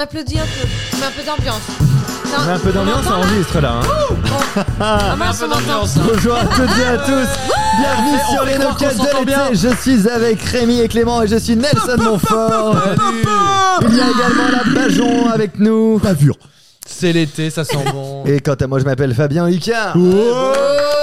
On applaudit un peu. On met un peu d'ambiance. On met un peu d'ambiance, ça enregistre là. hein. On met un peu d'ambiance. hein. Bonjour à toutes et à tous. Bienvenue sur les locales de l'été. Je suis avec Rémi et Clément et je suis Nelson Montfort. Il y a également la Bajon avec nous. C'est l'été, ça sent bon. Et quant à moi, je m'appelle Fabien Ah Icard. on a-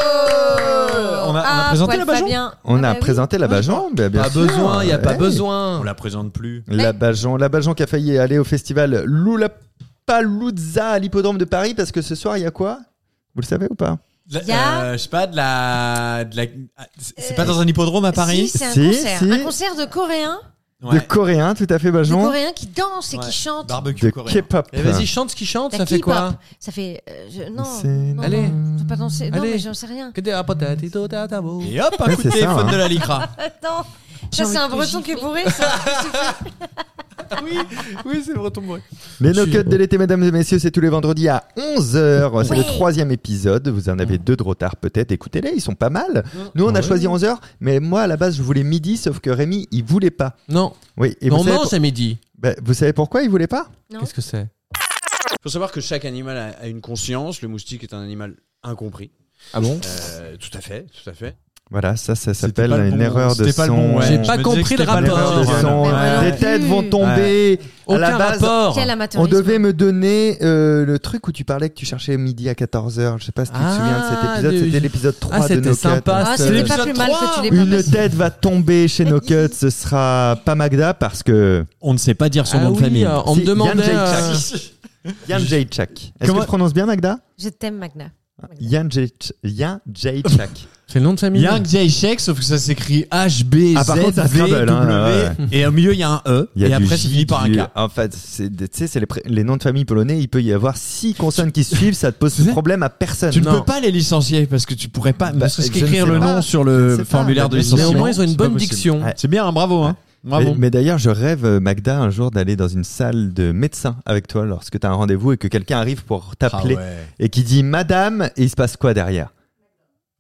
on a Ah, présenté poil la Bajon Fabien. On Ah a bah oui. présenté la Bajon, bien, bien Pas sûr. besoin, il a pas Ouais. besoin. On la présente plus. La Bajon, la Bajon qui a failli aller au festival Loulapalooza à l'hippodrome de Paris parce que ce soir, il y a quoi Vous le savez ou pas La- Y a- euh, je sais pas, de la. de la- ah, c'est- C'est Euh, pas dans un hippodrome à Paris Si, c'est un Si, concert. si. Un concert de Coréens. De Ouais. coréens, tout à fait, Des Bajon. Coréens qui dansent et Ouais. qui chantent. Barbecue De coréen. K-pop. Eh, vas-y, chante ce qui chante, La ça fait K-pop. quoi Ça fait. euh, je- Non. C'est- non, Allez. non, faut pas danser. Non, Allez. mais j'en sais rien. Que des apatatito tatabo. Et hop, un Ouais, coup c'est de ça, Ah. téléphone hein. de la Lycra. Attends. J'ai Ça, envie c'est un de breton qui est bourré, ça. Ah Oui, oui, c'est breton bourré. Les Je no suis- Cut de l'été, mesdames et messieurs, c'est tous les vendredis à 11h. C'est Ouais. le troisième épisode. Vous en avez deux de retard peut-être. Écoutez-les, ils sont pas mal. Nous, on a Ah Ouais. choisi 11h, mais moi, à la base, je voulais midi, sauf que Rémi, il voulait pas. Non, Oui, et mais vous, on savez mange pour- à midi. bah, vous savez pourquoi il voulait pas Non. Qu'est-ce que c'est Faut savoir que chaque animal a, a une conscience. Le moustique est un animal incompris. Ah bon Euh, tout à fait, tout à fait. Voilà, ça, ça C'était s'appelle pas le une bon- erreur de c'était pas le son. bon, ouais. J'ai Je pas me disais que compris le c'était pas le Une erreur rapport. de Ouais. son. Ouais. Des têtes vont tomber. À la Aucun base, rapport. Quel on amateurisme. devait me donner euh, le truc où tu parlais que tu cherchais midi à 14h. Je sais pas si tu te Ah, souviens de cet épisode. du- C'était l'épisode 3 Ah, de c'était No Cut. sympa. Ah, ce- c'était pas Épisode plus mal que tu l'aies pas Une passé. tête va tomber chez No Cut. Ce sera pas Magda parce que. On ne sait pas dire son Ah nom oui, de famille. euh, on Si, me demandait. Yann euh, Yann Jacek. Est-ce que Comment- je prononce bien, Magda Je t'aime, Magna. Yann Jacek. Yann Jacek. C'est le nom de famille Yang Jay Shek, sauf que ça s'écrit H-B-Z-V-W. Ah, par contre, ça se scrabble, hein, E. Et au milieu, il y a un E. Il y a Et du après, c'est J, fini par un du- K. En fait, c'est des- tu sais, c'est les, pré- les noms de famille polonais. Il peut y avoir six consonnes qui se suivent. Ça te pose problème à personne. Tu ne Non. peux pas les licencier parce que tu pourrais pas. Bah, ne serait-ce je qu'écrire ne sais le pas. nom sur Je ne sais le pas, formulaire mais de bien sûr. Mais licenciement. au moins, ils ont une C'est pas bonne possible. diction. Ouais. C'est bien, hein, bravo. Hein. Mais, Bravo. mais d'ailleurs, je rêve, euh, Magda, un jour d'aller dans une salle de médecin avec toi lorsque tu as un rendez-vous et que quelqu'un arrive pour Ah t'appeler et qui dit Madame et il se passe quoi derrière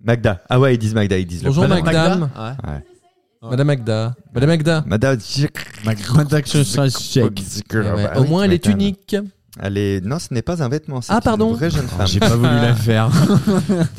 Magda. Ah ouais, ils disent Magda, ils disent le Bonjour, prénom. Madame. Ouais. Madame Agda. Madame Agda. Eh Madame. Ouais, Au moins, elle est unique. Elle est- Non, ce n'est pas un vêtement. C'est Ah, pardon. Une vraie jeune femme. J'ai pas voulu la faire. Oh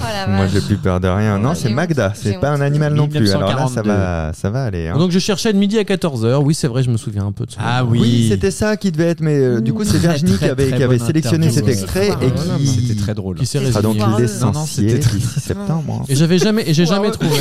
la Moi, vache. j'ai plus peur de rien. Non, Ouais, c'est j'ai Magda. honte, C'est j'ai pas honte. un animal non plus. Alors là, ça 1942. va, ça va aller. hein. Donc, je cherchais de midi à 14h. Oui, c'est vrai, je me souviens un peu de ça. Ah oui. oui, c'était ça qui devait être. Mais euh, du coup, c'est Très, Virginie très, qui avait, très qui avait bonne sélectionné cet interview. extrait C'était et très qui C'était très drôle. Qui s'est sera donc résigné. Non, non, licencié c'était très- d'ici septembre. hein. Et j'avais jamais, et j'ai jamais trouvé.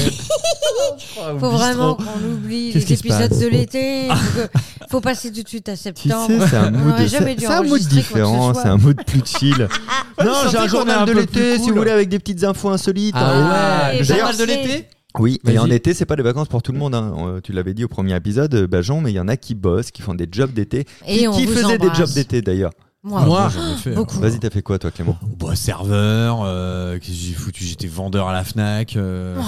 Faut vraiment qu'on oublie Qu'est-ce les qui se passe épisodes de l'été. faut que- Faut passer tout de suite à Tu sais, septembre. c'est un mood, aurait de- jamais c'est dû c'est un mood enregistrer quoi que ce différent, soit. c'est un mood plus chill. non, Je j'ai sentais un qu'on est journal un de peu l'été, plus si cool. vous voulez, avec des petites infos insolites. hein. Ah ouais, ouais, le d'ailleurs, journal de c'est- l'été Oui, mais Vas-y. en été, c'est pas des vacances pour tout le monde. hein. Euh, Tu l'avais dit au premier épisode, euh, Bajon, mais il y en a qui bossent, qui font des jobs d'été. Et qui on qui vous faisait des embrasse. jobs d'été d'ailleurs Moi, Moi, beaucoup. Vas-y, t'as Ah, fait quoi toi, Clément Bah, serveur, euh, qu'est-ce que j'ai foutu J'étais vendeur à la Fnac. euh, Ah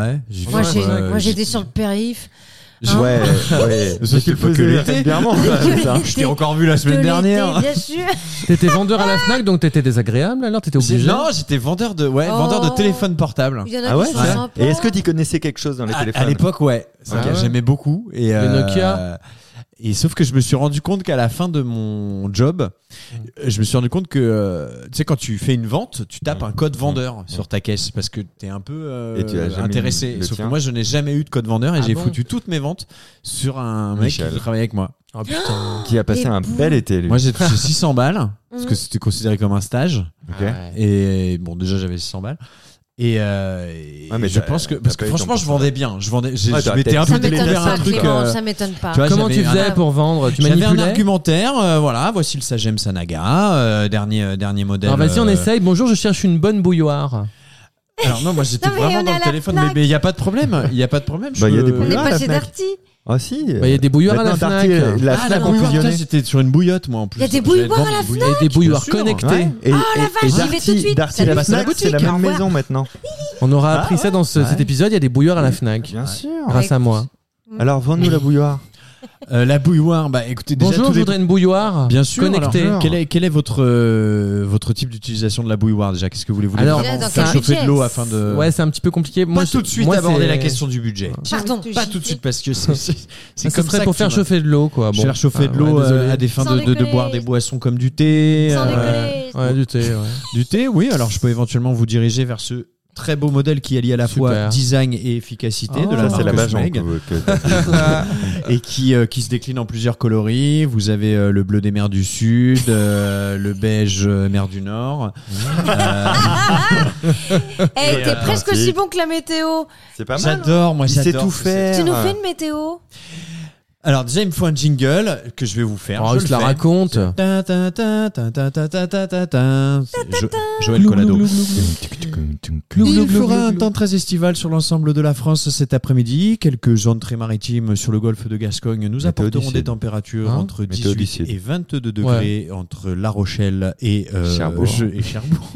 ouais. Ouais, ouais. J'ai Moi, fait, j'ai- euh, moi, j'étais sur le périph. Hein Ouais, ouais. Ça, c'était pas que l'été. régulièrement. Que ça. l'été- Je t'ai encore vu la de semaine l'été, dernière. Bien sûr. T'étais vendeur à la Fnac, donc t'étais désagréable alors T'étais obligé Non, j'étais vendeur de, ouais, Oh. vendeur de téléphone portable. Il y en a Ah ouais, qui sont ça sympas. Et est-ce que tu connaissais quelque chose dans les À- téléphones À l'époque, ouais. Ça, Ah ouais. J'aimais beaucoup. Et, euh, Nokia. Et sauf que je me suis rendu compte qu'à la fin de mon job, Mm. euh, je me suis rendu compte que, euh, tu sais, quand tu fais une vente, tu tapes un code vendeur sur ta caisse parce que t'es un peu euh, Mm. Et tu as jamais intéressé. mis le Sauf tien. que moi, je n'ai jamais eu de code vendeur et Ah j'ai bon foutu toutes mes ventes sur un mec Michel. qui travaillait avec moi. Ah putain. Qui a passé Des un boules. bel été, lui. Moi, j'ai touché 600 balles parce Mm. Mhm. que c'était considéré comme un stage. Ok. Et bon, déjà, j'avais 600 balles. Et, euh, et Ouais, mais je t'as- pense que t'as parce pas que eu franchement, ton je vendais bien. Je vendais, j'ai- Ouais, je t'as- m'étais t'as- Ça un peu Ça Vous m'étonne délégué m'étonne délivrer vers pas, un truc. Clément, euh, ça m'étonne pas. tu vois, Comment j'avais tu un- faisais pour vendre Tu J'avais un manipulais argumentaire. euh, voilà, voici le Sagem Sanaga, euh, dernier euh, dernier modèle. Alors vas-y, on euh, essaye. Bonjour, je cherche une bonne bouilloire. Alors non, moi j'étais Non, mais on vraiment est dans à le la téléphone, Fnac. mais- mais il y a pas de problème. Il y a pas de problème. Bah, il y a des On est bouillards. Ah, la passé Fnac. d'Arty. Ah si. Bah, Il y a des bouilloires à la Maintenant, Fnac. Darty, euh, Il la Ah, la Fnac bouilloire, fusionnée. putain, j'étais sur une bouillotte moi en plus. Il y a des J'avais bouilloires vendu à la des y bouillottes. a des bouilloires Bien sûr. connectées. Ouais. Ah, la Et, et- vache, et j'y vais Darty- tout de suite. Darty, Salut, la c'est la Fnac, c'est la boutique, au même hein. revoir. maison maintenant. On aura Ah appris ça dans ce- cet épisode. Il y a des bouilloires à la Fnac. Bien sûr. Grâce à moi. Alors, vends-nous la bouilloire. Euh, la bouilloire, bah écoutez, déjà, Bonjour, tous je les- voudrais une bouilloire. Bien sûr. Connectée. alors, quel, est, quel est votre, euh, votre type d'utilisation de la bouilloire déjà Qu'est-ce que vous voulez vous voulez Alors, vraiment Déjà, dans faire quel chauffer de budget l'eau afin de. Ouais, c'est un petit peu compliqué. euh, Pas moi, tout de c'est- suite moi, aborder c'est- la question du budget. Pardon, Pas tout de suite parce que c'est- c'est c'est Ah, Ça comme serait ça pour que faire tu m'as- chauffer de l'eau, quoi. Bon. Faire chauffer de Ah, l'eau ouais, euh, désolé. à des fins Sans de, de- de déconner. boire des boissons comme du thé. Sans déconner. euh, Eh, Ouais, du thé, ouais. du thé, oui. Alors je peux éventuellement vous diriger vers ce très beau modèle qui allie à la fois Super. design et efficacité de Oh. la Ça, c'est marque la base. Schmeg. hein, que- que- et qui, euh, qui se décline en plusieurs coloris. Vous avez euh, le bleu des mers du Sud, euh, le beige euh, mer du Nord. Euh, Eh, t'es Voilà. presque Merci. aussi bon que la météo. C'est pas mal. j'adore, moi Il sait j'adore. tout ce- faire. Tu nous fais une météo Alors déjà, il me faut un jingle que je vais vous faire. Alors, je Ah, je le la fais. raconte. Tin, tin, tin, tin, tin, tin, tin, tin, tin, tin. C'est Jo- Joël Collado. Il fera un temps très estival sur l'ensemble de la France cet après-midi. Quelques entrées maritimes sur le golfe de Gascogne nous Météo du apporteront Sud. des températures Hein entre Météo du 18 Sud. et 22 degrés entre La Rochelle et, euh, Cherbourg. je- et Cherbourg.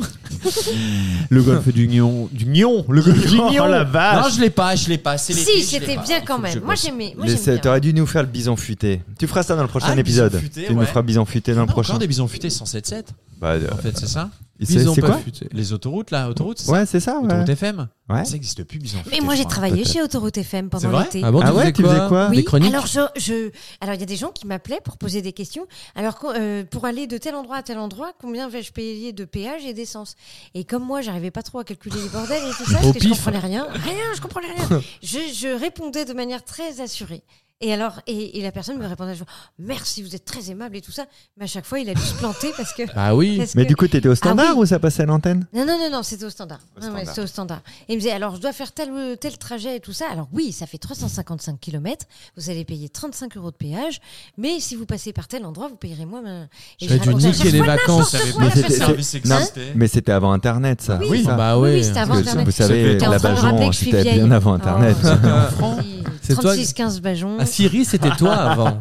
le golfe du Gnon. Du Gnon Le golfe du Gnon Oh la vache Non, je l'ai pas, je l'ai pas. c'est l'été, Si, je l'ai c'était pas. bien Il quand faut que je même. Moi, bosse. j'aimais. Moi, Mais c'est- j'aime bien. T'aurais dû nous faire le bison futé. Tu feras ça dans le prochain Ah, le bison épisode. futé, tu nous ouais. feras bison futé dans On le a prochain. encore des bisons futés 107.7, Bah, euh, en fait, c'est ça c'est Bison c'est pas quoi futé. Les autoroutes, là, autoroutes, c'est ça Ouais, c'est ça. ouais. Autoroute FM Ouais. Ça n'existe plus, bisons Mais futés, moi, je j'ai crois. travaillé peut-être. chez Autoroute FM C'est pendant vrai l'été. Ah bon, Ah ouais, tu faisais quoi Des oui, chroniques alors je, je- alors il y a des gens qui m'appelaient pour poser des questions. Alors qu'on- euh, pour aller de tel endroit à tel endroit, combien vais-je payer de péage et d'essence Et comme moi, j'arrivais pas trop à calculer les bordels et tout ça, Au parce que je pif. comprenais rien. Rien, je comprenais rien. Je, je répondais de manière très assurée. Et alors, et, et la personne me répondait genre, merci, vous êtes très aimable et tout ça. Mais à chaque fois, il a dû se planter parce que. Ah oui. parce Mais que- du coup, t'étais au standard Ah oui. ou ça passait à l'antenne non, non, non, non, c'était au standard. Au Non, ouais, standard. c'était au standard. Et il me disait, alors je dois faire tel, euh, tel trajet et tout ça. Alors oui, ça fait 355 km, vous allez payer 35 euros de péage, mais si vous passez par tel endroit, vous payerez moins. ben, et J'ai dû racontais à niquer chaque les fois vacances. n'importe Mais quoi, c'était- la personne. c'est- non, mais c'était avant Internet, ça. Oui. c'est ça. Bah Oui, ouais. oui, c'était avant Parce que Internet. vous savez, C'était en la train de rappeler Bajon, que je suis c'était vieille. bien avant Internet. Oh, ça. C'est toi- 36, 15 bajons. Ah, Siri, c'était toi avant.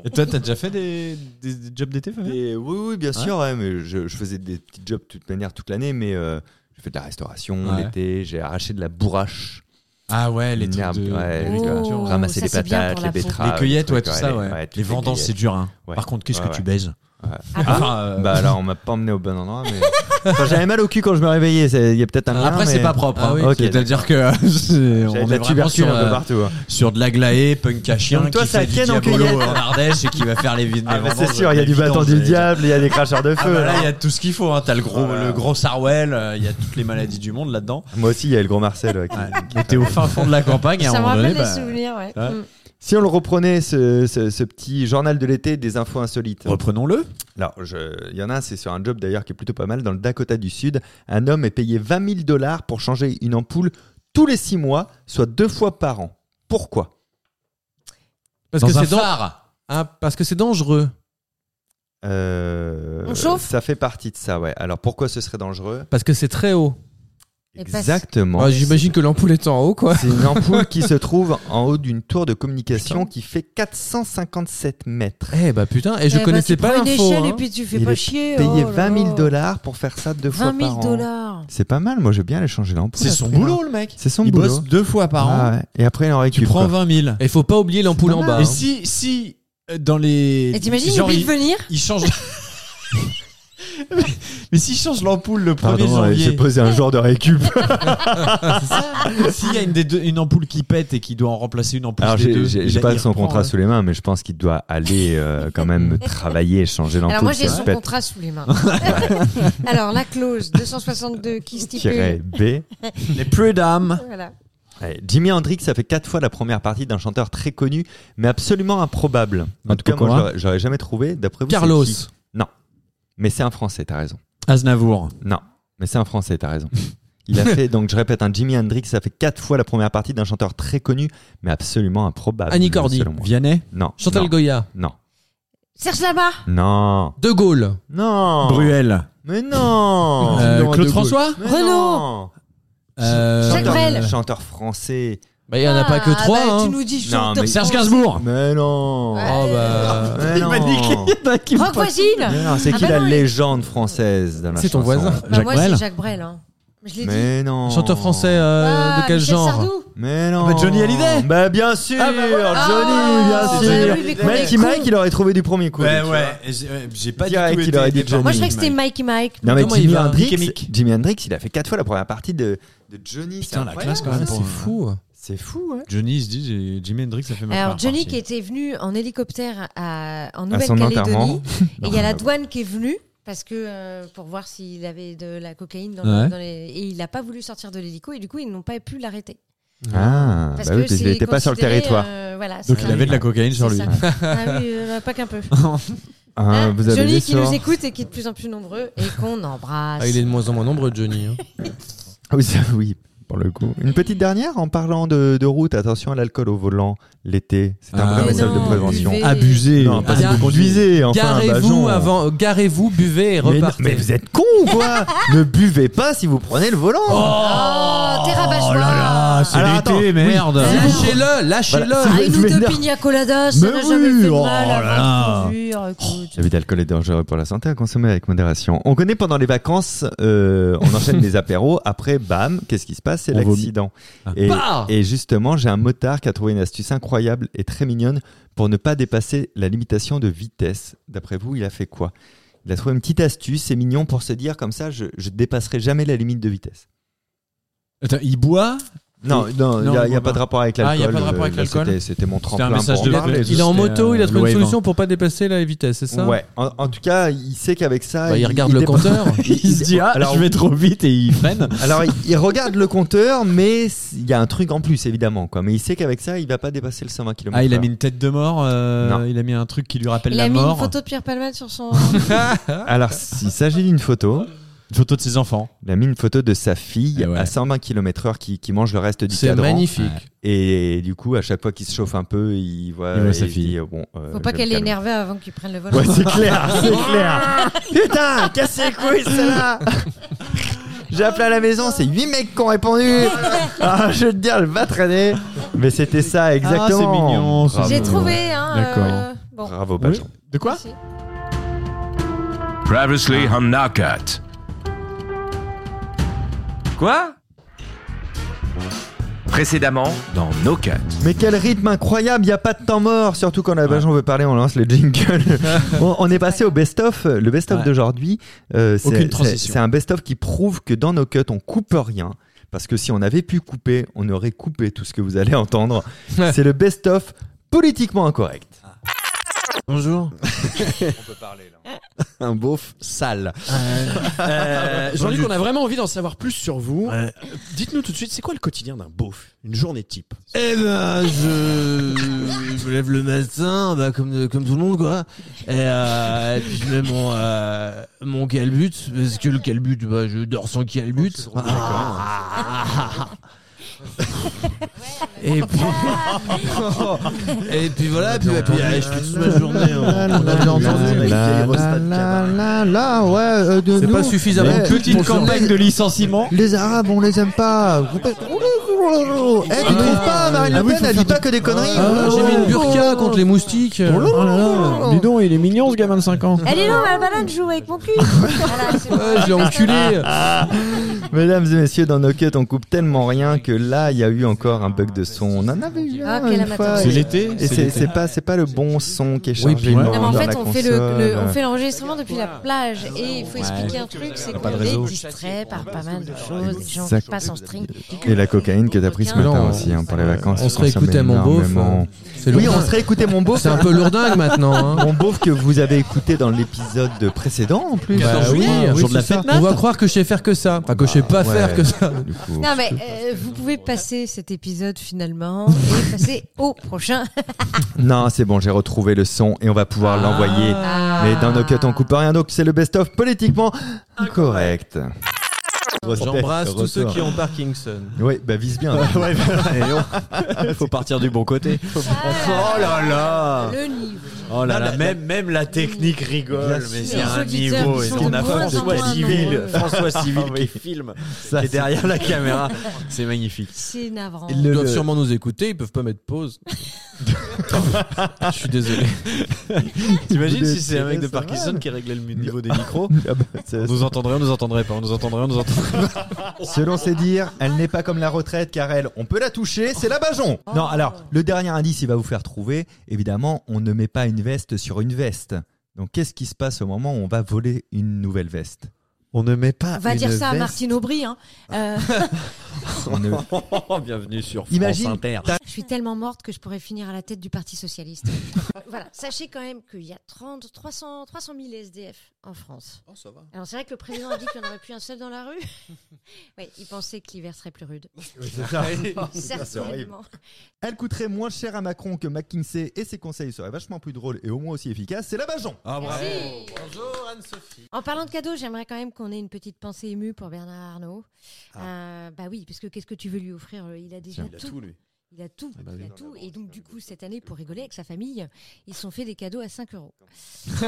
Et toi, t'as déjà fait des, des- des jobs d'été, Fabien Et oui, oui, bien sûr. ouais, mais je, je faisais des petits jobs de toute manière toute l'année, mais euh, j'ai fait de la restauration Ouais. l'été, j'ai arraché de la bourrache, Ah ouais, les trucs Merde, de... ouais, les, tu vois, Oh, ramasser ça, les c'est bien patates, pour les la peau. betteraves, cueillettes, ouais, les tout trucs, ça, les- ouais. toutes les vendanges, c'est cueillettes. dur, hein. Ouais. Par contre, qu'est-ce Ouais, que ouais. tu baises Ah bon Enfin, euh, Bah là, on m'a pas emmené au bon endroit, mais Enfin, j'avais mal au cul quand je me réveillais. c'est- Il y a peut-être un. lien, Après, c'est mais- pas propre. Ah hein. oui, ok, C'est-à-dire que c'est- J'avais de on est la vraiment tubercule sur, un peu euh, partout. hein. sur de la glaé, punk à chien, Donc toi, qui ça fait du ken en diabolo cueillette. en Ardèche et qui va faire les vides. Ah, mais c'est sûr, il y a du bâton du diable, il y a des cracheurs de Ah feu. bah là, là. il y a tout ce qu'il faut. Hein. T'as le gros, Voilà. le gros Sarwell, euh, il y a toutes les maladies du monde là-dedans. Moi aussi, il y a le grand Marcel. ouais, qui- Mais t'es au fin fond de la campagne. et à Ça un me moment rappelle donné, des bah, souvenirs, ouais. ouais. Mm. Si on le reprenait, ce, ce- ce petit journal de l'été des infos insolites. reprenons-le. Alors, je- il y en a un, c'est sur un job d'ailleurs qui est plutôt pas mal. Dans le Dakota du Sud, un homme est payé 20 000 dollars pour changer une ampoule tous les 6 mois, soit deux fois par an. Pourquoi Parce Dans que un c'est dan- phare. Ah, parce que c'est dangereux. Euh, On chauffe Ça fait partie de ça, ouais. Alors, pourquoi ce serait dangereux Parce que c'est très haut. Et parce- Exactement. Bah, J'imagine que l'ampoule est en haut, quoi. C'est une ampoule qui se trouve en haut d'une tour de communication qui fait 457 mètres. Eh bah putain, et je Eh bah, tu connaissais pas prends une l'info. échelle hein. et puis tu fais Il pas est chier. Payé oh là 20 000 là. dollars pour faire ça deux fois 20 000 par an. dollars. C'est pas mal, moi je veux bien aller changer l'ampoule. C'est à ce son prix-là. boulot, le mec. C'est son Il boulot. bosse deux fois par an. Ah ouais. Et après, il en Tu récupère. prends 20 000. Et faut pas oublier l'ampoule C'est en pas bas. mal. Et hein. si, si euh, dans les. Et t'imagines, il genre, oublie de il, venir il change. mais mais s'il change l'ampoule le 1er Pardon, euh, j'ai janvier, posé un jour de récup. s'il y a une, des deux- une ampoule qui pète et qu'il doit en remplacer une ampoule Alors, des deux, j'ai- j'ai il j'ai a- pas il son reprend, contrat hein. sous les mains, mais je pense qu'il doit aller euh, quand même travailler, changer l'ampoule. Alors moi j'ai ça son pète, contrat sous les mains. Alors la clause 262 qui tiret stipule. B. Les prud'hommes. Voilà. Ouais, Jimi Hendrix a fait quatre fois la première partie d'un chanteur très connu, mais absolument improbable. En tout cas, moi, Pokora. j'aurais- j'aurais jamais trouvé. D'après vous, c'est Carlos. qui Mais c'est un Français, t'as raison. Aznavour. Non, mais c'est un Français, t'as raison. Il a fait, donc je répète, un Jimi Hendrix a fait quatre fois la première partie d'un chanteur très connu, mais absolument improbable. Annie Cordy. selon moi. Vianney. Non. Chantal non, Goya. Non. Serge là-bas. Non. De Gaulle. Euh, Non. Bruel. Mais non. Euh, Non, Claude De Gaulle. François. Mais Renaud. non. Euh, Jacques Chanteur- Brel. Chanteur français. Bah il y en a pas que trois. bah, hein. Tu nous dis Non, chanteur mais- Serge français. Gainsbourg. Mais non. Ouais. Oh bah. Mais non. Rock Voisine. Mais non, c'est Ah qui bah la non, il- légende française dans la C'est ton chanson voisin. Bah, Jacques moi c'est Brel. Jacques Brel. hein. Je l'ai dit. Mais non. Chanteur français euh, Ah, de quel Michel genre Sardou. Mais non. Ah bah, Johnny Hallyday. Bah bien sûr, Ah bah voilà. Johnny, bien Ah, sûr. bah oui, mais qu'on Mikey est con. Mike, il aurait trouvé du premier coup. Bah Ouais, lui, tu ouais. vois. et j'ai- ouais, J'ai pas Direct, du tout il été aurait dit départ- Johnny. Moi, je croyais que c'était Mikey Mike. Non mais Comment Jimi il va Hendrix, Mickey Mick. Jimi Hendrix, il a fait quatre fois la première partie de, de Johnny. c'est Putain, la incroyable. classe, quand Ah, même. C'est fou. C'est fou, hein. Johnny, il se dit, j'ai- Jimi Hendrix, ça fait ma Alors part Johnny partie. qui était venu en hélicoptère à, en À son enterrement. Nouvelle-Calédonie, et il y a la douane qui est venue parce que euh, pour voir s'il avait de la cocaïne dans, le- Ouais. dans les, et il n'a pas voulu sortir de l'hélico et du coup ils n'ont pas pu l'arrêter Ah, parce bah oui, que parce qu'il c'est n'était pas sur le considéré, territoire. euh, voilà, Donc c'est il ça. avait de la cocaïne sur C'est lui. ça. Ah oui, euh, pas qu'un peu. Hein Ah, vous avez euh, Johnny des qui nous sorts. écoute et qui est de plus en plus nombreux et qu'on embrasse. Ah, il est de moins en moins nombreux, Johnny. hein. Ah Oui, ça, oui, pour le coup. Une petite dernière en parlant de, de route. Attention à l'alcool au volant l'été. C'est un Ah, vrai mais message de non, prévention. buvez. Abusé. Non, parce que Ah, vous conduisez. Enfin, bah, Garez-vous genre. avant, garez-vous, buvez Mais, et non, repartez. mais vous êtes con ou quoi Ne buvez pas si vous prenez le volant. Oh, t'es rabat Oh là là, Alors, c'est attends, l'été, oui. merde. C'est vous. Lâchez-le, lâchez-le. Voilà. Ah, une ou Mais deux non. pina coladas, ça Mais n'a jamais oui, fait de oh mal avant là de Ah. là. conduire, écoute. La vie d'alcool est dangereux pour la santé à consommer avec modération. On connaît pendant les vacances, euh, on enchaîne les apéros. Après, bam, qu'est-ce qui se passe C'est On vomit. l'accident. Ah. Et, Bah et justement, j'ai un motard qui a trouvé une astuce incroyable et très mignonne pour ne pas dépasser la limitation de vitesse. D'après vous, il a fait quoi Il a trouvé une petite astuce, c'est mignon pour se dire comme ça, je ne dépasserai jamais la limite de vitesse. Attends, il boit Non, non, il Non, n'y a, on il y a voit pas de pas. rapport avec Ah, l'alcool. il y a pas de rapport euh, avec là, l'alcool c'était- C'était mon tremplin message pour de en la parler. planète. Il est en C'était, moto, euh, il a trouvé le une wave, solution pour pas dépasser la vitesse, c'est ça Ouais. En, en tout cas, il sait qu'avec ça, Bah, il regarde le dépasse- compteur. Il se dit, ah, Alors, je vais trop vite et il freine. Alors, il, il regarde le compteur, mais c- il y a un truc en plus, évidemment. Quoi. Mais il sait qu'avec ça, il va pas dépasser le 120 km. Ah, il a mis une tête de mort, euh, Non. il a mis un truc qui lui rappelle Il la a mis mort. une photo de Pierre Palmade sur son. Alors, s- il s'agit d'une photo. Une photo de ses enfants. Il a mis une photo de sa fille Ah ouais. à 120 km/h qui, qui mange le reste du C'est cadran. magnifique. Et du coup, à chaque fois qu'il se chauffe un peu, il voit, Il voit et se sa fille. dit, euh, bon, euh, Faut pas je qu'elle me est calme. énervée avant qu'il prenne le volant. Ouais, c'est clair, c'est clair. Putain, casse les couilles, celle-là. J'ai appelé à la maison, c'est 8 mecs qui ont répondu. Ah, je vais te dire, elle va traîner. Mais c'était ça, exactement. Ah, mignon, c'est Bravo. J'ai Ah, trouvé, hein. D'accord. euh, bon. Bravo, Pajon. De quoi Merci. Previously on Knockout. Quoi Précédemment dans No Cut. Mais quel rythme incroyable, il n'y a pas de temps mort, surtout quand la Bajon veut parler, on lance le jingle. on, on est passé au best-of, le best-of Ouais. d'aujourd'hui, euh, c'est- Aucune c'est transition. c'est un best-of qui prouve que dans nos cuts, on coupe rien. Parce que si on avait pu couper, on aurait coupé tout ce que vous allez entendre. c'est le best-of politiquement incorrect. Bonjour. Un beauf sale. Euh, Jean-Luc, on a vraiment envie d'en savoir plus sur vous. Dites-nous tout de suite, c'est quoi le quotidien d'un beauf Une journée type Eh ben, je, je me lève le matin, bah, comme, comme tout le monde, quoi. Et, euh, et puis je mets mon, euh, mon calbut, parce que le calbut, bah, je dors sans Oh, calbut. Ah. Et puis, et puis voilà, puis, puis, euh, je fais toute ma journée. hein. On a bien entendu. La, la, la, la, la, ouais, euh, de C'est nous, pas suffisamment Ouais. petit Petite pour se- campagne de licenciement. Les Arabes, on les aime pas. Ah. Eh, tu trouves pas Marine Le Pen, elle dit pas que des conneries. euh, Ah, J'ai mis une burqa contre les moustiques. Euh, Oh là là, dis donc, il est mignon ce gamin de 5 ans. Elle est là, elle balade, joue avec mon cul. Voilà, c'est bon. je l'ai enculé. Ah. Mesdames et messieurs, dans nos cuts, on coupe tellement rien que là, il y a eu encore un bug de son. On en avait eu un, Ah, quel une amateur. fois. C'est Ouais. l'été Et c'est- c'est pas, c'est pas le bon son qui est Oui, chargé. puis- dans- Non, Non, mais dans en la fait, on fait, le, console. le- on fait l'enregistrement depuis la plage et il faut Ouais. expliquer un truc, c'est pas de qu'on réseau. Ah, est distrait par pas mal de choses, des gens qui Exact. passent en string. Et la cocaïne que t'as pris ce Mais non, matin on- aussi hein, pour les vacances. on tu se réécoutait consommes mon beauf. énormément. C'est Oui, lourdingue. on serait écouté mon beauf. C'est un peu lourdingue maintenant. Bah hein. Mon beauf que vous avez écouté dans l'épisode précédent en plus. 14 Bah oui, juillet, oui, jour de la c'est ça. fête On va croire que je sais faire que ça. Enfin, que je sais Ah, pas ouais. faire que ça. Du coup, Non, mais euh, vous pouvez passer cet épisode finalement et passer au prochain. Non, c'est bon, j'ai retrouvé le son et on va pouvoir Ah. l'envoyer. Ah. Mais dans nos cuts, on coupe rien, donc c'est le best-of politiquement correct. J'embrasse tous ceux qui ont Parkinson. Oui, bah vise bien. bah, Faut partir du bon côté. Ah, Oh là là le niveau. Oh là là, même, même la technique rigole, Bien mais sûr. c'est un Les auditeurs niveau. qui sont On a de moins en François moins Civil, nombreux. François Civil qui filme, qui est derrière la caméra. C'est magnifique. C'est navrant. Ils doivent sûrement nous écouter, ils peuvent pas mettre pause. Je suis désolé. T'imagines Vous si c'est un mec de détirez, ça Parkinson va. qui réglait le niveau des micros Ah bah, c'est- On nous entendrait, on nous entendrait pas, on nous entendrait, on nous entendrait. Selon ses dires, elle n'est pas comme la retraite car elle, on peut la toucher, c'est la bajon. Non, alors, le dernier indice, il va vous faire trouver. Évidemment, on ne met pas une veste sur une veste. Donc, qu'est-ce qui se passe au moment où on va voler une nouvelle veste On ne met On pas. va une dire ça à veste- Martine Aubry. Hein. Euh, On ne- Bienvenue sur France Imagine, Inter. t'as- je suis tellement morte que je pourrais finir à la tête du Parti Socialiste. voilà. Sachez quand même qu'il y a 30, 300, 300 000 SDF en France. Oh, ça va. Alors c'est vrai que le président a dit qu'il n'y en aurait plus un seul dans la rue. oui, il pensait que l'hiver serait plus rude. Certainement. Elle coûterait moins cher à Macron que McKinsey et ses conseils seraient vachement plus drôles et au moins aussi efficaces. C'est la Bajon. Merci. Bonjour Anne-Sophie. En parlant de cadeaux, j'aimerais quand même qu'on ait une petite pensée émue pour Bernard Arnault. Euh, bah oui, parce que qu'est-ce que tu veux lui offrir euh, Il a déjà Ah. Il a tout, lui. Il a tout, Ah bah il a oui. tout. Et donc, du coup, cette année, pour rigoler avec sa famille, ils se sont fait des cadeaux à 5 euros.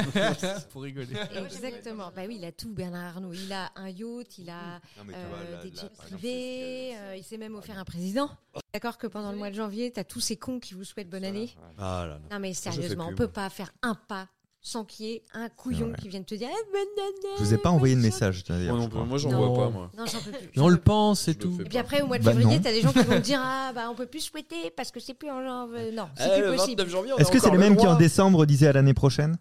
Pour rigoler. Exactement. Bah oui, il a tout, Bernard Arnault. Il a un yacht, il a euh, bah, des jets privés, euh, il s'est Oh, même offert un président. D'accord que pendant le mois de janvier, t'as tous ces cons qui vous souhaitent bonne année. Ah là là. Non, mais sérieusement, plus, on peut moi. pas faire un pas sans qu'il y ait un couillon qui vienne te dire Eh, bonne année. Je vous ai pas envoyé de message. Moi, d'ailleurs, non je plus, crois. moi j'en Non. vois pas, moi. Non, j'en peux plus. Mais on le pense et Je le tout. fais Et puis après, au mois de Bah février, non. t'as des gens qui vont me dire Ah, bah on peut plus souhaiter parce que c'est plus en janvier. Non, Eh, c'est plus possible. Est-ce que c'est les mêmes qui en décembre disaient à l'année prochaine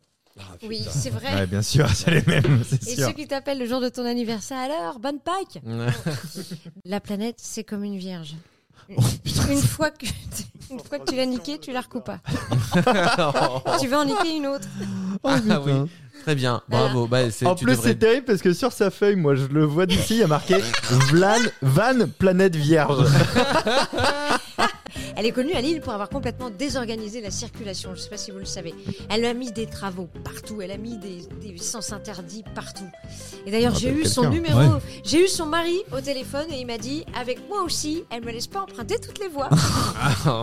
Oui, c'est vrai. Ouais, bien sûr, c'est les mêmes, c'est Et sûr. ceux qui t'appellent le jour de ton anniversaire, alors, bonne Pâques La planète, c'est comme une vierge. Oh, une, fois que, une fois que tu l'as niquée, tu la recoupes pas. tu vas en niquer une autre. Ah oui. Très bien, bravo. Bah, c'est- Hein. En tu plus, devrais- c'est terrible parce que sur sa feuille, moi je le vois d'ici, il y a marqué Vlan, Van, planète vierge. Elle est connue à Lille pour avoir complètement désorganisé la circulation, je ne sais pas si vous le savez. Elle a mis des travaux partout, elle a mis des, des sens interdits partout. Et d'ailleurs, Ça j'ai eu rappelle son quelqu'un. numéro, j'ai eu son mari au téléphone et il m'a dit Avec moi aussi, elle me laisse pas emprunter toutes les voies.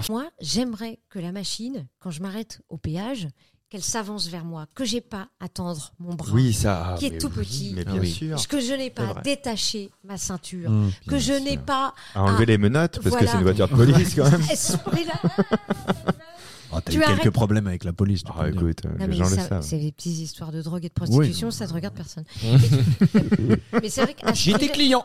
moi, j'aimerais que la machine, quand je m'arrête au péage, qu'elle s'avance vers moi, que j'ai pas à tendre mon bras, ça. qui est tout petit. Ah, Mais bien oui. sûr. Que je n'ai pas à détacher ma ceinture, Mmh. que je n'ai pas À enlever Ah, les menottes parce que voilà. c'est une voiture de police quand même. à espérer la- t'as Tu eu arrêtes- quelques problèmes avec la police. tu Ah, peux dire. écoute, euh, Non, les mais gens le ça, savent. C'est les petites histoires de drogue et de prostitution, ça ne regarde personne. mais c'est vrai qu'à ce J'étais prix-là- client.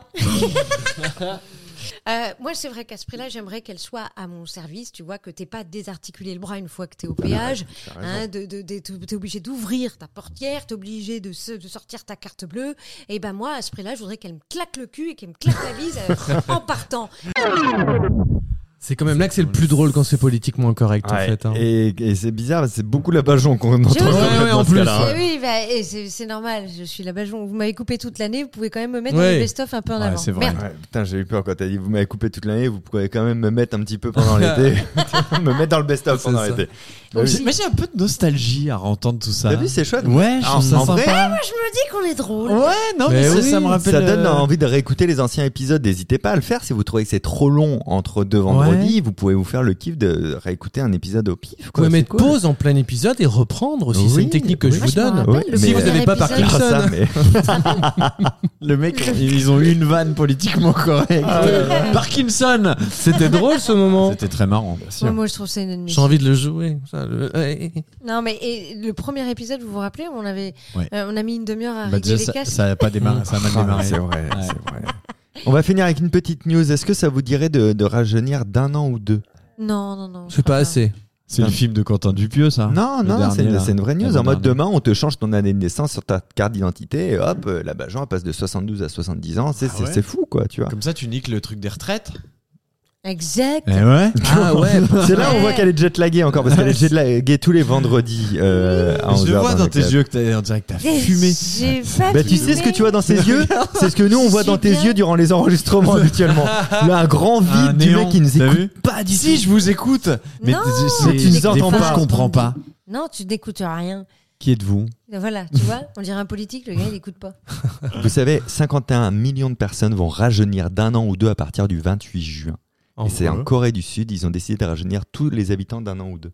Euh, moi, c'est vrai qu'à ce prix-là, j'aimerais qu'elle soit à mon service. Tu vois, que t'es pas désarticulé le bras une fois que t'es au Bah, péage. Hein, de, de, de- t'es obligé d'ouvrir ta portière, t'es obligé de, se- de sortir ta carte bleue. Et ben moi, à ce prix-là, je voudrais qu'elle me claque le cul et qu'elle me claque la bise euh, en partant. C'est quand même là que c'est le plus drôle quand c'est politiquement incorrect en Ouais. fait. hein. Et, et c'est bizarre, c'est beaucoup la bajon qu'on entend. Ouais, ouais, en dans ce plus. cas-là, hein. Et oui, bah, et c'est c'est normal. Je suis la bajon. Vous m'avez coupé toute l'année. Vous pouvez quand même me mettre dans Ouais. les best-of un peu en Ouais, avant. c'est vrai. Merde. Ouais, putain, j'ai eu peur quand t'as dit vous m'avez coupé toute l'année, vous pourrez quand même me mettre un petit peu pendant l'été. me mettre dans le best-of pendant C'est ça. l'été. Mais j'ai- Mais j'ai un peu de nostalgie à entendre tout ça. T'as vu, c'est chouette. Ouais, je Alors, trouve ça en vrai, sympa. Je me dis qu'on est drôle. Ouais, non, mais, Mais ça, oui, ça me rappelle. Ça donne euh, envie de réécouter les anciens épisodes. N'hésitez pas à le faire. Si vous trouvez que c'est trop long entre deux vendredis, vous pouvez vous faire le kiff de réécouter un épisode au pif. Vous Quoi. pouvez C'est mettre cool. pause en plein épisode et reprendre aussi. C'est Oui, une technique que oui. je Moi, vous je me donne. rappelle le si vous premier n'avez pas épisode. Ah, Parkinson. ça, mais- Le mec, ils ont eu une vanne politiquement correcte. euh, Parkinson C'était drôle ce moment. C'était très marrant. Moi, moi, je trouve ça une J'ai envie de le jouer. ça, le- ouais. Non, mais et le premier épisode, vous vous rappelez, on avait, Ouais. euh, on a mis une demi-heure à Bah, régler déjà, les ça, casques. ça a pas démarré, ça a mal Ah, démarré. c'est vrai, Ouais. c'est vrai. On va finir avec une petite news. Est-ce que ça vous dirait de, de rajeunir d'un an ou deux Non, non, non. je C'est pas crois assez. C'est le film de Quentin Dupieux, ça. Non, Le non, dernier, c'est une, là. c'est une vraie news. Le En mode dernier. demain, on te change ton année de naissance sur ta carte d'identité et hop, euh, la Bajan elle passe de 72 à 70 ans. C'est Ah c'est- ouais c'est fou, quoi, tu vois. Comme ça, tu niques le truc des retraites. pas. Exact. Eh ouais. Ah ouais. C'est là où on voit qu'elle est jetlaguée encore parce qu'elle est jetlaguée tous les vendredis. euh, à je 11 le heures vois Ah, dans tes le yeux que t'as, on dirait que t'as J'ai- fumé. J'ai pas Bah, tu sais fumé. ce que tu vois dans ses yeux C'est ce que nous on voit dans tes Super. yeux durant les enregistrements habituellement. Là, un grand vide Un du néant, mec qui nous t'as écoute vu pas du Si, tout. je vous écoute. Mais Non, c'est- tu c'est- nous des écoutes fois, pas. je comprends pas. Non, tu n'écoutes rien. Qui êtes-vous Voilà, tu vois, on dirait un politique, le gars, il écoute pas. Vous savez, 51 millions de personnes vont rajeunir d'un an ou deux à partir du 28 juin. Et c'est en Corée du Sud, ils ont décidé de rajeunir tous les habitants d'un an ou deux.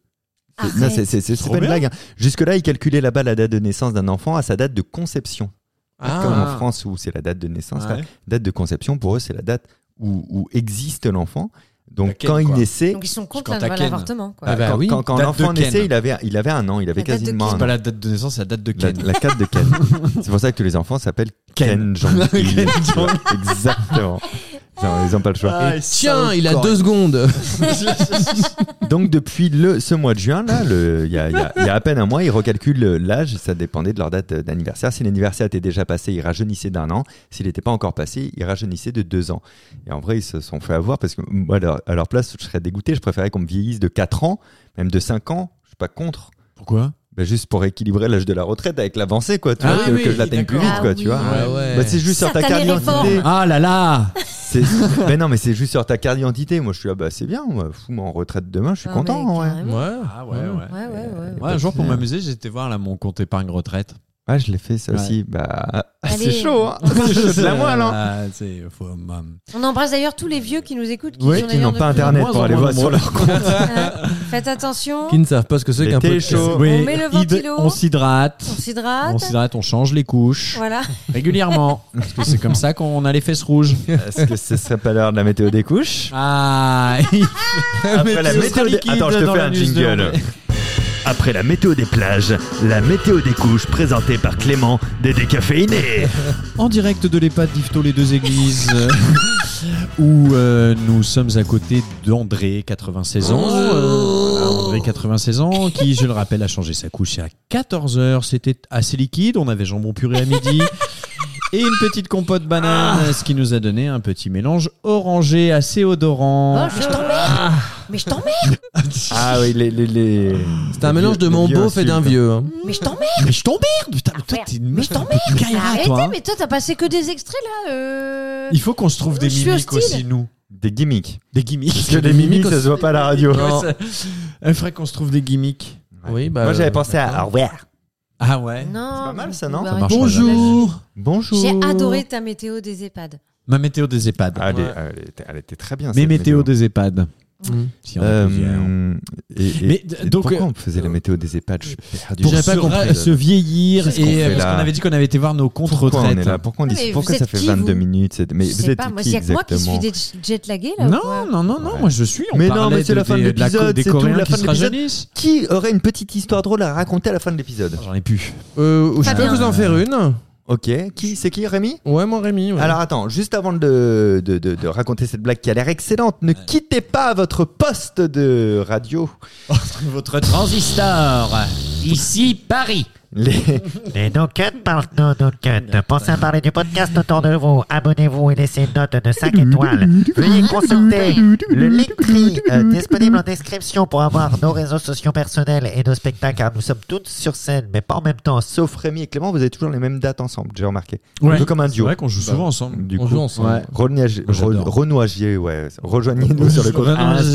C'est- Arrête. non, c'est- c'est- C'est c'est Trop pas une bien. blague. hein. Jusque-là, ils calculaient là-bas la date de naissance d'un enfant à sa date de conception. Ah. Comme en France où c'est la date de naissance, Ouais. date de conception, pour eux, c'est la date où, où existe l'enfant. Donc Laquelle, quand il quoi. naissait, Donc ils sont contre quand t'as la- Ken. l'avortement, quoi. Ah bah quand, oui. quand- quand Date l'enfant de Ken. naissait, il avait, il avait un an, il avait La date de Ken. quasiment un C'est an. pas la date de naissance, c'est la date de La, Ken. la carte de Ken. c'est pour ça que tous les enfants s'appellent Ken Jeong-il. Exactement. Non, ils n'ont pas le choix. Ah, Et ça tiens, il a encore. deux secondes. Donc depuis le, ce mois de juin, là, le- il y, a- il y a il y a à peine un mois, ils recalculent l'âge, ça dépendait de leur date d'anniversaire. Si l'anniversaire était déjà passé, ils rajeunissaient d'un an. S'il n'était pas encore passé, ils rajeunissaient de deux ans. Et en vrai, ils se sont fait avoir parce que moi, à leur, à leur place, je serais dégoûté. Je préférais qu'on me vieillisse de 4 ans, même de 5 ans. Je suis pas contre. Pourquoi Bah, juste pour équilibrer l'âge de la retraite avec l'avancée, quoi. Tu Ah vois, que, oui, que je l'atteigne plus d'accord. vite, quoi. Ah tu oui. vois. Ah ouais. Bah, c'est juste sur ta carte Satanées d'identité. réformes. Ah là là C'est- mais non, mais c'est juste sur ta carte d'identité. Moi, je suis ah bah c'est bien. Moi, fous-moi en retraite demain, je suis Ah, content. mais ouais. carrément. Ah ouais, ouais. Ouais, ouais, ouais. Ouais, un jour pour m'amuser, j'étais voir là mon compte épargne retraite. Ouais, je l'ai fait ça Ouais. aussi. Bah, Allez. c'est chaud. Hein c'est chaud de la moelle. Hein. Ah, c'est faut- hum, mam. On embrasse d'ailleurs tous les vieux qui nous écoutent. Qui Oui, sont qui n'ont d'ailleurs pas de plus en internet moins pour en aller moins voir sur leur compte. moins. Euh, Faites attention, Qui ne savent pas ce que c'est qu'un L'été peu est chaud. Oui. met le hyd- ventilo. on s'hydrate. on On s'hydrate. s'hydrate, on change les couches Voilà. régulièrement. parce que c'est comme ça qu'on a les fesses rouges. Est-ce que ce serait pas l'heure de la météo des couches Ah, Après la météo des... Attends, je te fais un jingle. Après la météo des plages, la météo des couches présentée par Clément des décaféinés. En direct de l'EHPAD d'Ifto les deux églises, euh, où euh, nous sommes à côté d'André, 96 ans. euh, voilà, André, 96 ans, qui, je le rappelle, a changé sa couche à 14h. C'était assez liquide. On avait jambon puré à midi. Et une petite compote banane, ce qui nous a donné un petit mélange orangé, assez odorant. Mais je t'emmerde. Mais je t'emmerde. Ah oui, les. les, les... C'est un mélange de mon beauf et d'un vieux. hein. Mais je t'emmerde. Mais je t'emmerde, putain, mais toi, t'es une meuf je un peu carrière, Arrêtez, toi, hein. mais toi, t'as passé que des extraits là. euh. Il faut qu'on se trouve des Je suis mimiques hostile. aussi, nous. Des gimmicks. Des gimmicks. Parce que les mimiques, ça se voit pas à la radio. Non. Il faudrait qu'on se trouve des gimmicks. Oui, bah, Moi, euh, j'avais pensé à. Au revoir. Ah ouais Non. bah C'est pas mal, ça, vous non pouvez Ça arrêter. marche pas, Bonjour. J'ai adoré ta météo des EHPAD. Ma météo des EHPAD. Ah, elle, est- Ouais. elle était, elle était très bien. Mes cette météos des EHPAD. Mm. Si on Euh, peut dire. et, et- Mais, et donc, pourquoi euh, on faisait la météo des EHPAD Je suis perdu. pour J'avais se, ra- se vieillir Qu'est-ce qu'on et euh, fait parce là qu'on avait dit qu'on avait été voir nos comptes Pourquoi on est retraites. là Pourquoi on dit Mais vous Pourquoi ça êtes fait qui, 22 vous minutes c'est- Mais Je vous sais êtes pas, moi, qui c'est que moi qui suis exactement des jet lagués là. ou quoi Non, non, non, non, Ouais. moi je suis. On Mais non, parlait mais c'est de- la fin de des- la- l'épisode, Des c'est tout, Coréens la fin qui de se l'épisode. rajeunissent. Qui aurait une petite histoire drôle à raconter à la fin de l'épisode J'en ai plus. euh, je peux Fabien. vous en faire une Ok. Qui C'est qui, Rémi Ouais, moi Rémi. ouais. Alors attends, juste avant de, de, de- de raconter cette blague qui a l'air excellente, ne quittez pas votre poste de radio. Votre transistor. Ici Paris. Les- Les Noken parlent nos Noken. Pensez à parler du podcast autour de vous. Abonnez-vous et laissez une note de 5 étoles. Veuillez consulter le link tri, euh, disponible en description pour avoir nos réseaux sociaux personnels et nos spectacles car nous sommes toutes sur scène mais pas en même temps. Sauf Rémi et Clément, vous avez toujours les mêmes dates ensemble, j'ai remarqué. Un peu comme un C'est duo. vrai qu'on joue Bah souvent ensemble. Du on joue ensemble. Ouais. Renouagez- Moi, j'adore. re- renouagez, ouais. Rejoignez-nous sur le compte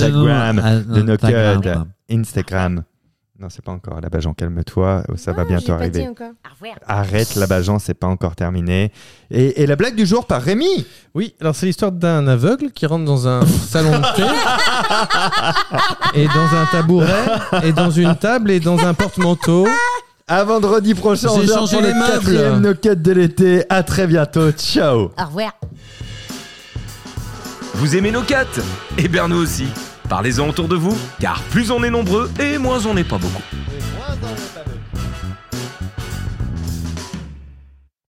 Instagram de Instagram. Nokia. Instagram. Non, c'est pas encore. La Bajan, calme-toi. Oh, Ça va Ah, je l'ai bientôt pas dit arriver. encore. Arrête, la Bajan, c'est pas encore terminé. Et, et la blague du jour par Rémi. Oui, alors c'est l'histoire d'un aveugle qui rentre dans un salon de thé et dans un tabouret et dans une table et dans un porte-manteau. À vendredi prochain, J'ai 11 heures changé pour les le meubles. quatrième Nokia de l'été. À très bientôt. Ciao. Au revoir. Vous aimez nos quatre Eh bien nous aussi. Parlez-en autour de vous, car plus on est nombreux et moins on n'est pas beaucoup.